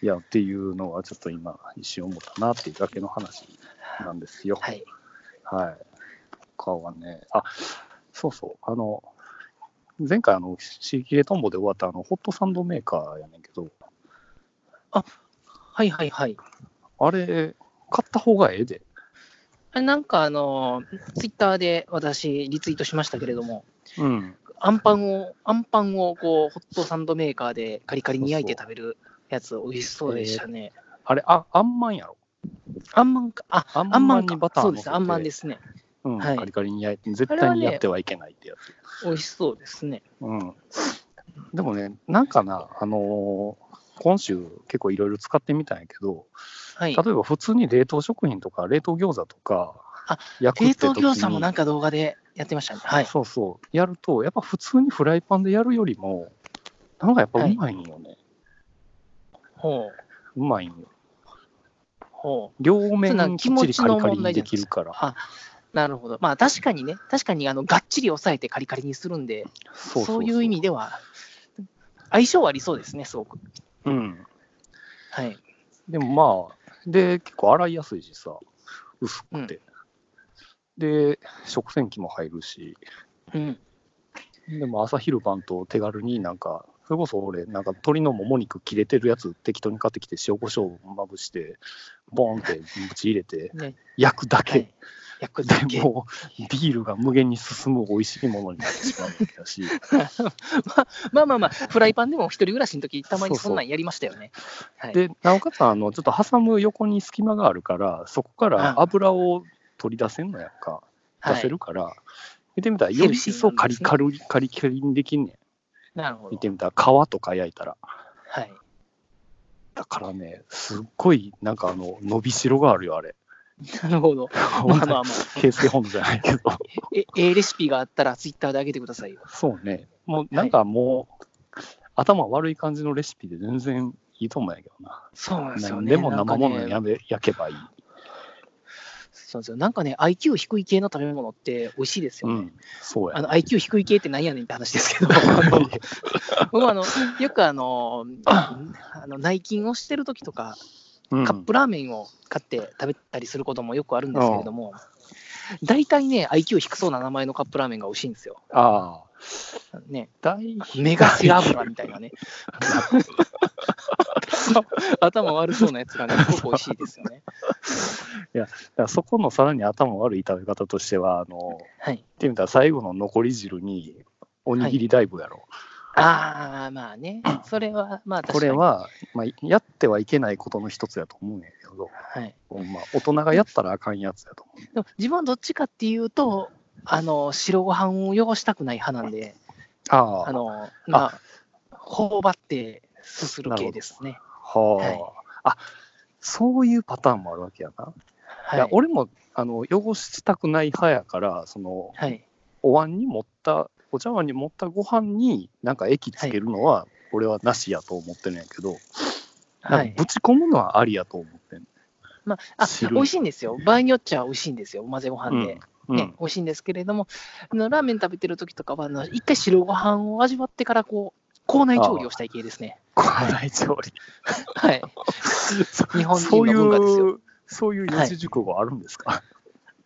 Speaker 3: いや、っていうのはちょっと今、一瞬思ったなっていうだけの話なんですよ。
Speaker 2: はい。
Speaker 3: はい。他はね、あ、そうそう、あの、前回、あの、シーキレトンボで終わった、あの、ホットサンドメーカーやねんけど、
Speaker 2: はいはいはい。
Speaker 3: あれ、買った方がええで。
Speaker 2: あれなんかあの、ツイッターで私リツイートしましたけれども、
Speaker 3: うん。
Speaker 2: アンパンを、アンパンをこう、ホットサンドメーカーでカリカリに焼いて食べるやつ、美味しそうでしたね。
Speaker 3: あれ、あ、あんまんやろ。
Speaker 2: あんまんか、あ、
Speaker 3: あん
Speaker 2: あん
Speaker 3: ま
Speaker 2: ま
Speaker 3: ん
Speaker 2: ん
Speaker 3: に
Speaker 2: か
Speaker 3: バター
Speaker 2: そ
Speaker 3: の。
Speaker 2: うです、あんまんですすね。
Speaker 3: うん、
Speaker 2: はい
Speaker 3: カリカリに焼いて、絶対にやってはいけないってやつ。
Speaker 2: 美味しそうですね。
Speaker 3: うん。でもね、なんかな、あのー今週結構いろいろ使ってみたんやけど、
Speaker 2: はい。
Speaker 3: 例えば普通に冷凍食品とか冷凍餃子とか
Speaker 2: あ
Speaker 3: 焼く
Speaker 2: 冷
Speaker 3: って
Speaker 2: 凍
Speaker 3: 時に
Speaker 2: 餃子もなんか動画でやってましたね。はい。
Speaker 3: そうそうやるとやっぱ普通にフライパンでやるよりもなんかやっぱうまいんよね、
Speaker 2: ほう。
Speaker 3: うまいんよ
Speaker 2: ほう。
Speaker 3: 両面
Speaker 2: そうなん
Speaker 3: に
Speaker 2: か
Speaker 3: き
Speaker 2: 気
Speaker 3: っち
Speaker 2: 持
Speaker 3: り
Speaker 2: ち
Speaker 3: カリ
Speaker 2: の
Speaker 3: カリ
Speaker 2: 問
Speaker 3: に
Speaker 2: 題
Speaker 3: で
Speaker 2: じゃな
Speaker 3: き
Speaker 2: いですか
Speaker 3: るから
Speaker 2: あ、なるほど。まあ確かにね、確かにあの、がっちり押さえてカリカリにするんで、
Speaker 3: そ
Speaker 2: そう
Speaker 3: そう
Speaker 2: う
Speaker 3: そう
Speaker 2: いう意味では、相性はありそうですね、すごく。
Speaker 3: うん
Speaker 2: はい。
Speaker 3: でもまあで結構洗いやすいしさ薄くて、で食洗機も入るし
Speaker 2: うん。
Speaker 3: でも朝昼晩と手軽になんかそれこそ俺なんか鶏のもも肉切れてるやつ適当に買ってきて塩コショウまぶしてボーンってぶち入れて
Speaker 2: ね。
Speaker 3: 焼くだ
Speaker 2: は
Speaker 3: け、
Speaker 2: い。焼くだ
Speaker 3: で
Speaker 2: け。
Speaker 3: もうビールが無限に進む美味しいものになってしまうわけだし
Speaker 2: まあまあまあ、フライパンでも一人暮らしの時たまにそんなんやりましたよね。はい。
Speaker 3: でなおかつあのちょっと挟む横に隙間があるからそこから油を取り出せんのやんか
Speaker 2: はい
Speaker 3: 出せるから、見てみたらより一層カリカリカリカリにできんね
Speaker 2: なるほ
Speaker 3: ん見
Speaker 2: ど。
Speaker 3: てみたら皮とか焼いたら
Speaker 2: はい。
Speaker 3: だからねすっごいなんかあの伸びしろがあるよあれ
Speaker 2: なるほ ど。まあまあまあ。
Speaker 3: 形成本部じゃないけ ど
Speaker 2: え、ええレシピがあったらツイッターで上げてくださいよ。
Speaker 3: そうねもうなんかもう、頭悪い感じのレシピで全然いいと思うんやけどな
Speaker 2: そうなんですよね。
Speaker 3: でも
Speaker 2: なんか
Speaker 3: 生
Speaker 2: ね
Speaker 3: ものやめ、 焼けばいい。
Speaker 2: そうなんですよ。なんかね、IQ 低い系の食べ物って美味しいですよ
Speaker 3: う
Speaker 2: ね。
Speaker 3: ん、そうや
Speaker 2: あ。の IQ 低い系ってなんやねんって話です けど、 僕はあのよくあのあの内勤をしてる時とか、
Speaker 3: うん
Speaker 2: カップラーメンを買って食べたりすることもよくあるんですけれども、大体ね、IQ 低そうな名前のカップラーメンが美味しいんですよ。
Speaker 3: ああ、
Speaker 2: ね、
Speaker 3: 大
Speaker 2: メガ背脂みたい なね。頭悪そうなやつがね、すごく美味しいですよね。
Speaker 3: そこのさらに頭悪い食べ方としては、あの、
Speaker 2: はい、
Speaker 3: 言ってみたら最後の残り汁に、おにぎりダイブやろ。
Speaker 2: ああ、まあね、それはまあ確かに
Speaker 3: これ、は、まあ、やってはいけないことの一つやと思うんやけど、
Speaker 2: はい、
Speaker 3: まあ、大人がやったらあかんやつやと思
Speaker 2: でも自分はどっちかっていうと、あの白ご飯を汚したくない派なんで、
Speaker 3: う。ああ、
Speaker 2: あのまあ、頬張ってすする系ですね。
Speaker 3: はあ、あ、そういうパターンもあるわけやな。
Speaker 2: はい
Speaker 3: いや、俺も、あの、汚したくない派やから、その、
Speaker 2: はい、
Speaker 3: お椀に盛ったお茶碗に盛ったご飯になんか液つけるのは俺はなしやと思ってるんやけど、
Speaker 2: は
Speaker 3: なん
Speaker 2: い
Speaker 3: かぶち込むのはありやと思ってん
Speaker 2: まあ、あ
Speaker 3: 汁
Speaker 2: 美味しいんですよ、場合によっちゃ美味しいんですよ、混ぜご飯で、
Speaker 3: うん
Speaker 2: ね美味しいんですけれども、あのラーメン食べてる時とかはあの、一回白ご飯を味わってからこう、口内調理をしたい系ですね。
Speaker 3: ご内調 理
Speaker 2: はい、日本
Speaker 3: そ
Speaker 2: 人
Speaker 3: う
Speaker 2: の
Speaker 3: い
Speaker 2: 文化ですよ。
Speaker 3: うそういう四字熟語あるんですか、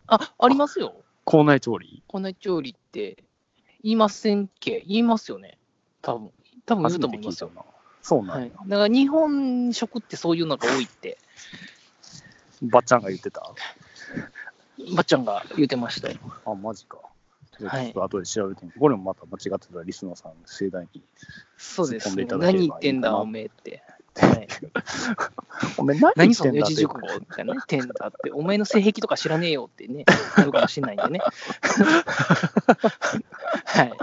Speaker 2: あありますよ、
Speaker 3: 校内調理
Speaker 2: 口内調理って言いませんっけ言いますよね、多分多分言うと思いますよ。
Speaker 3: なそうなん
Speaker 2: は
Speaker 3: や、
Speaker 2: い、だから日本食ってそういうのが多いって、
Speaker 3: ばっちゃんが言ってた
Speaker 2: ばっちゃんが言ってましたよ。
Speaker 3: あマジかちょ
Speaker 2: はい
Speaker 3: っと後で調べてみて、これもまた間違ってたらリスナーさん盛大に
Speaker 2: そうで
Speaker 3: 突っ込ん
Speaker 2: す
Speaker 3: で
Speaker 2: ね
Speaker 3: い。ただければいい
Speaker 2: 何
Speaker 3: かな
Speaker 2: 言ってんだ、おめえって。はい、
Speaker 3: おめん何 言っ
Speaker 2: 何そ
Speaker 3: て
Speaker 2: の
Speaker 3: んだ
Speaker 2: 四
Speaker 3: って
Speaker 2: 字熟語みたいなね、てんだって、お前の性癖とか知らねえよってね、あるかもしれないんで ね。はい。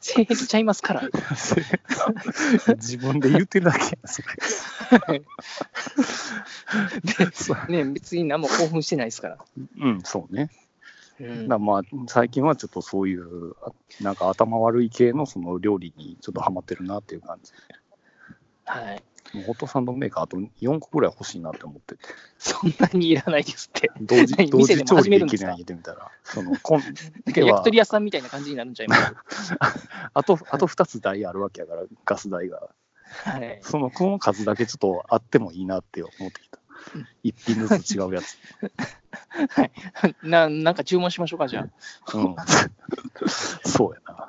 Speaker 2: 性癖ちゃいますから。
Speaker 3: 自分で言ってるだけやんそ れ
Speaker 2: ね、別に何も興奮してないですから。
Speaker 3: うんそうね
Speaker 2: う
Speaker 3: だ
Speaker 2: ん
Speaker 3: からまあ最近はちょっとそういうあなんか頭悪い系のその料理にちょっとハマってるなっていう感じ
Speaker 2: はい。
Speaker 3: もうホットサンドメーカーあと4個ぐらい欲しいなって思ってて
Speaker 2: そんなにいらないですって。
Speaker 3: 同 時
Speaker 2: 何
Speaker 3: 同時
Speaker 2: 店でも
Speaker 3: 調
Speaker 2: 始
Speaker 3: 理
Speaker 2: め
Speaker 3: で
Speaker 2: るんで
Speaker 3: き
Speaker 2: す
Speaker 3: な
Speaker 2: か
Speaker 3: い言ってみたらその こん
Speaker 2: なんか
Speaker 3: では
Speaker 2: 焼き鳥屋 さんみたいな感じになるんちゃいます
Speaker 3: あとあと2つ台あるわけやからガス代が
Speaker 2: はい。
Speaker 3: その子の数だけちょっとあってもいいなって思ってきた
Speaker 2: うん。
Speaker 3: 一品ずつ違うや つ。
Speaker 2: な、なんか注文しましょうか、じゃあ。
Speaker 3: うん、 そうやな。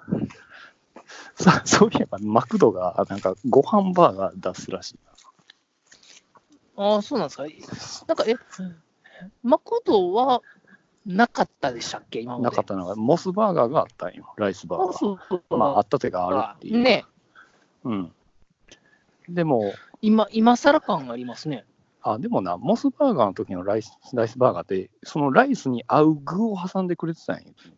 Speaker 3: さそういえば、マクドが、なんか、ご飯バーガー出すらしい
Speaker 2: ああ、そうなんですか。なんか、え、マクドはなかったでしたっけ、今
Speaker 3: な。
Speaker 2: ま
Speaker 3: な
Speaker 2: で。
Speaker 3: かったのが、モスバーガーがあったんよ、ライスバーガ
Speaker 2: あ
Speaker 3: ー。
Speaker 2: そう
Speaker 3: まあ、あった手があるっていう。
Speaker 2: ね、
Speaker 3: うん。でも、
Speaker 2: 今、今更感ありますね。
Speaker 3: あ、でもな、モスバーガーの時のライスライスバーガーって、そのライスに合う具を挟んでくれてたんや、聞い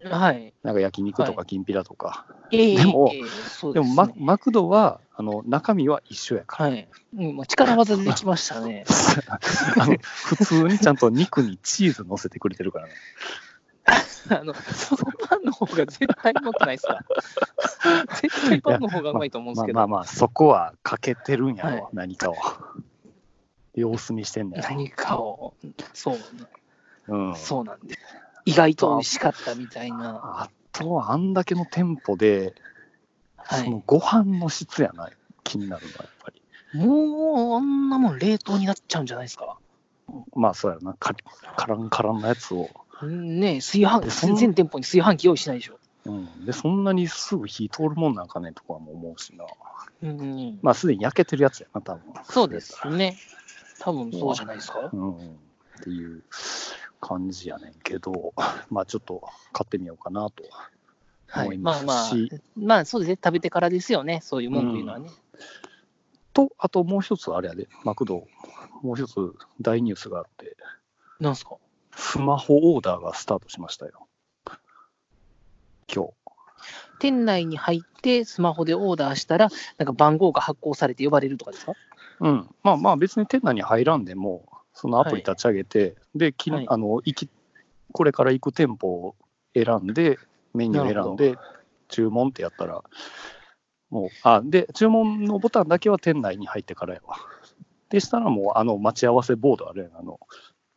Speaker 3: たら。
Speaker 2: はい。
Speaker 3: なんか焼肉と
Speaker 2: は
Speaker 3: かきんぴらとか。
Speaker 2: ええ
Speaker 3: でも
Speaker 2: ええそう
Speaker 3: で
Speaker 2: です、
Speaker 3: も
Speaker 2: ね。
Speaker 3: マ、マクドは、あの、中身は一緒や から。
Speaker 2: はい。うんまあ力技できました ね。
Speaker 3: あの、普通にちゃんと肉にチーズ乗せてくれてるからね。
Speaker 2: あの、そのパンの方が絶対うまくないです か絶対パンの方がうまいと思うんで
Speaker 3: ますあ
Speaker 2: けど。
Speaker 3: まあまあ、そこは欠けてるんやろ、
Speaker 2: はい
Speaker 3: 何かを。様子見してんね
Speaker 2: 何かを、そう、
Speaker 3: ん。うん。
Speaker 2: そうなんです。意外と美味しかったみたいな。
Speaker 3: あとは、あんだけの店舗で、
Speaker 2: は
Speaker 3: そ
Speaker 2: い。も
Speaker 3: のご飯の質やな、気になるのはやっぱり。
Speaker 2: う、あんなもん冷凍になっちゃうんじゃないですか。
Speaker 3: まあ、そうやな、カリカランカランのやつを。
Speaker 2: ねえ、炊飯
Speaker 3: でその
Speaker 2: 全店舗に炊飯器用意しないでしょ。
Speaker 3: うん。で、そんなにすぐ火通るもんなんかね、とかも思うしな。
Speaker 2: うん、
Speaker 3: まあ、すでに焼けてるやつやな、多分。
Speaker 2: そうですね。多分そうじゃないですか。
Speaker 3: うん、っていう感じやねんけど、まあちょっと買ってみようかなと
Speaker 2: は
Speaker 3: 思い
Speaker 2: い。ま
Speaker 3: ま
Speaker 2: あまあ
Speaker 3: す、し、
Speaker 2: まあそうですね。食べてからですよね。そういうもんというのはね。
Speaker 3: と、あともう一つあれやで、マクド、もう一つ大ニュースがあって、
Speaker 2: なんすか
Speaker 3: スマホオーダーがスタートしましたよ。今日。
Speaker 2: 店内に入ってスマホでオーダーしたら、なんか番号が発行されて呼ばれるとかですか
Speaker 3: うん。まあまあ別に店内に入らんでも、そのアプリ立ち上げて、で、き
Speaker 2: はい
Speaker 3: あの行き、これから行く店舗を選んで、メニュー選んで、注文ってやったら、もう、あ、で、注文のボタンだけは店内に入ってからやわ。でしたらもう、あの、待ち合わせボードあるやん、あの、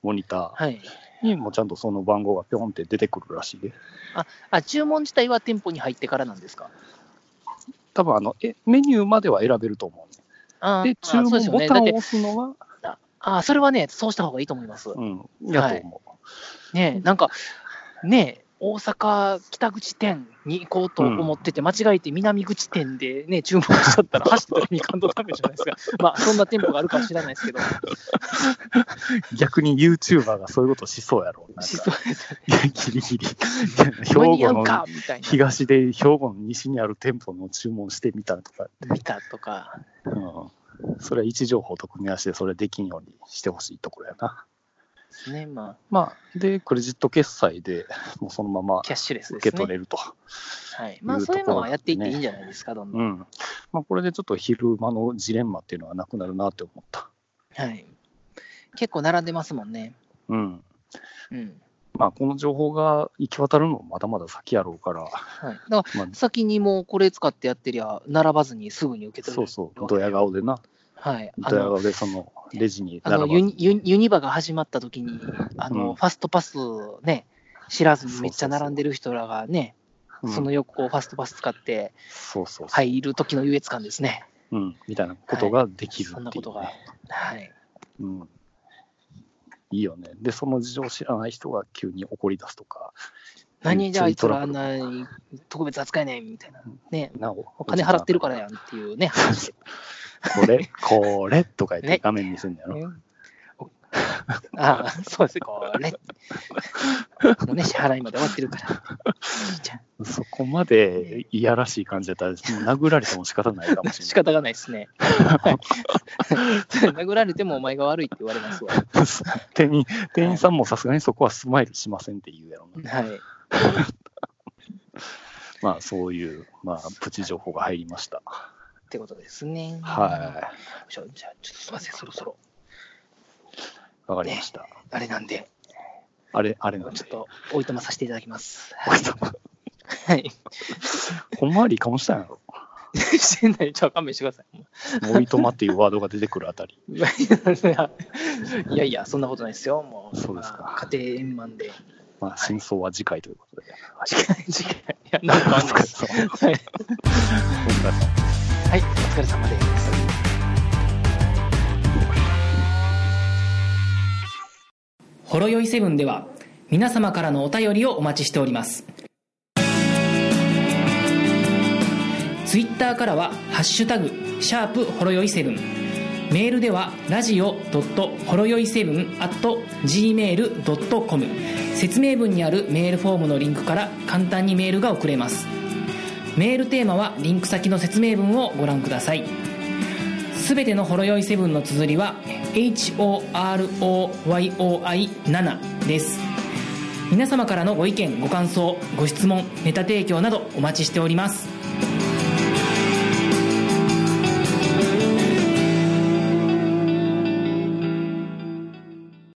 Speaker 3: モニタ
Speaker 2: はい。
Speaker 3: ーにもちゃんとその番号がぴょんって出てくるらしいで。
Speaker 2: あ、注文自体は店舗に入ってからなんですか
Speaker 3: 多分あの、え、メニューまでは選べると思うね。
Speaker 2: あー
Speaker 3: で、注
Speaker 2: あーそう
Speaker 3: 文
Speaker 2: ですよ
Speaker 3: ボ
Speaker 2: ね。
Speaker 3: タ
Speaker 2: だ
Speaker 3: ン
Speaker 2: っ
Speaker 3: を
Speaker 2: て、
Speaker 3: 押すのは、
Speaker 2: あーそれはね、そうした方がいいと思います。
Speaker 3: うん、やと思う。
Speaker 2: ねえなんか、ねえ大阪北口店に行こうと思ってて、間違えて南口店でね、注文しちゃったら、走ってたらみかんとダメじゃないです か。まあ、そんな店舗があるかもしれないですけど、
Speaker 3: 逆に YouTuber がそういうことしそうやろうな。
Speaker 2: しそうですよね。
Speaker 3: ギリギ リ。
Speaker 2: 間
Speaker 3: 兵
Speaker 2: に合
Speaker 3: 庫
Speaker 2: う
Speaker 3: の
Speaker 2: かみたいな。
Speaker 3: 東で、兵庫の西にある店舗の注文してみたとか、
Speaker 2: 見たとか。
Speaker 3: うん、それは位置情報と組み合わせて、それできんようにしてほしいところやな。
Speaker 2: ですね。ま
Speaker 3: まあ、で、クレジット決済でもうそのまま
Speaker 2: あ、キャッシュレス
Speaker 3: 受け
Speaker 2: です
Speaker 3: 取
Speaker 2: ね。
Speaker 3: れると。
Speaker 2: はい。
Speaker 3: い
Speaker 2: まあ、
Speaker 3: うと
Speaker 2: そ
Speaker 3: こ
Speaker 2: う
Speaker 3: ろ
Speaker 2: いうのはやっていっていいんじゃないですか、どんどん。
Speaker 3: うん。まあ、これでちょっと昼間のジレンマっていうのはなくなるなって思った。
Speaker 2: はい。結構並んでますもんね。
Speaker 3: うん。
Speaker 2: うん。
Speaker 3: まあ、この情報が行き渡るのもまだまだ先やろうから、
Speaker 2: はい。だか
Speaker 3: まあ、
Speaker 2: ら、先にもうこれ使ってやってりゃ、並ばずにすぐに受け取
Speaker 3: そ
Speaker 2: れ
Speaker 3: う
Speaker 2: る。
Speaker 3: そう、ドヤ顔でな、
Speaker 2: はい。あ
Speaker 3: ドヤ
Speaker 2: の、
Speaker 3: 顔でそのレジに
Speaker 2: あの
Speaker 3: 並ば
Speaker 2: ユニユニユニバが始まった時に、あの、
Speaker 3: うん
Speaker 2: ファストパスね、知らずにめっち
Speaker 3: そ
Speaker 2: ゃ
Speaker 3: うそうそう
Speaker 2: 並んでる人らがね、そ
Speaker 3: うん
Speaker 2: の横をファストパス使って
Speaker 3: そうそうそう。
Speaker 2: 入る時の優越感ですね。
Speaker 3: うん、みたいなことができる
Speaker 2: そんな
Speaker 3: ってい
Speaker 2: こ
Speaker 3: う、ね
Speaker 2: とが。はい。
Speaker 3: うん。いいよね。で、その事情を知らない人が急に怒り出すとか。
Speaker 2: 何じゃあ
Speaker 3: め
Speaker 2: あ
Speaker 3: っ
Speaker 2: い
Speaker 3: ちゃい
Speaker 2: つ
Speaker 3: い
Speaker 2: らあ
Speaker 3: ト
Speaker 2: ん
Speaker 3: ラブル
Speaker 2: な特別扱えねえみたいな。ね、
Speaker 3: なお、
Speaker 2: お金払ってるからやんっていうね、話。
Speaker 3: これ、これとか言って
Speaker 2: ね
Speaker 3: 画面見せるんだろ。
Speaker 2: ねお ああ、そうですね、これ。ね、支払いまで終わってるから。いいじゃん
Speaker 3: そこまでいやらしい感じだったら、もう殴られても仕方ないかもし
Speaker 2: 仕
Speaker 3: れ
Speaker 2: 方がないですね。はい 殴られてもお前が悪いって言われますわ。
Speaker 3: ない。 店員店員さんもさすがにそこはスマイルしませんって言うやろな。
Speaker 2: はい。
Speaker 3: まあ、そういう、まあ、プチ情報が入りました。
Speaker 2: ってことですね。。
Speaker 3: はい
Speaker 2: じゃあ、じゃあちょっとすいません、そろそろ、
Speaker 3: い。わかりました。
Speaker 2: あれなんで、
Speaker 3: あれ、あれ
Speaker 2: ち
Speaker 3: な
Speaker 2: ょ
Speaker 3: ん
Speaker 2: っ
Speaker 3: で。
Speaker 2: と、おいとまさせていただきます。
Speaker 3: おいとま
Speaker 2: はい。
Speaker 3: ほんまにかもしたんやろ。
Speaker 2: してない、ちょ、勘弁してください。
Speaker 3: おいとまっていうワードが出てくるあたり。
Speaker 2: いやいやいや、そんなことないですよ。もう、
Speaker 3: そうですか
Speaker 2: まあ家庭円満で。
Speaker 3: まあ、真相は次回ということで。
Speaker 2: 次回、次回いや、なんかあんのです。は
Speaker 3: お疲れ様です
Speaker 2: いはいはい、お疲れ様です。
Speaker 1: ほろよいセブンでは皆様からのお便りをお待ちしておりますツイッターからは「ハッシュタグシャープほろよいセブン」メールではラジオほろよい7 gmail.com 説明文にあるメールフォームのリンクから簡単にメールが送れますメールテーマはリンク先の説明文をご覧くださいすべてのほろ酔いセブンの綴りは HOROYOI7 です皆様からのご意見ご感想ご質問ネタ提供などお待ちしております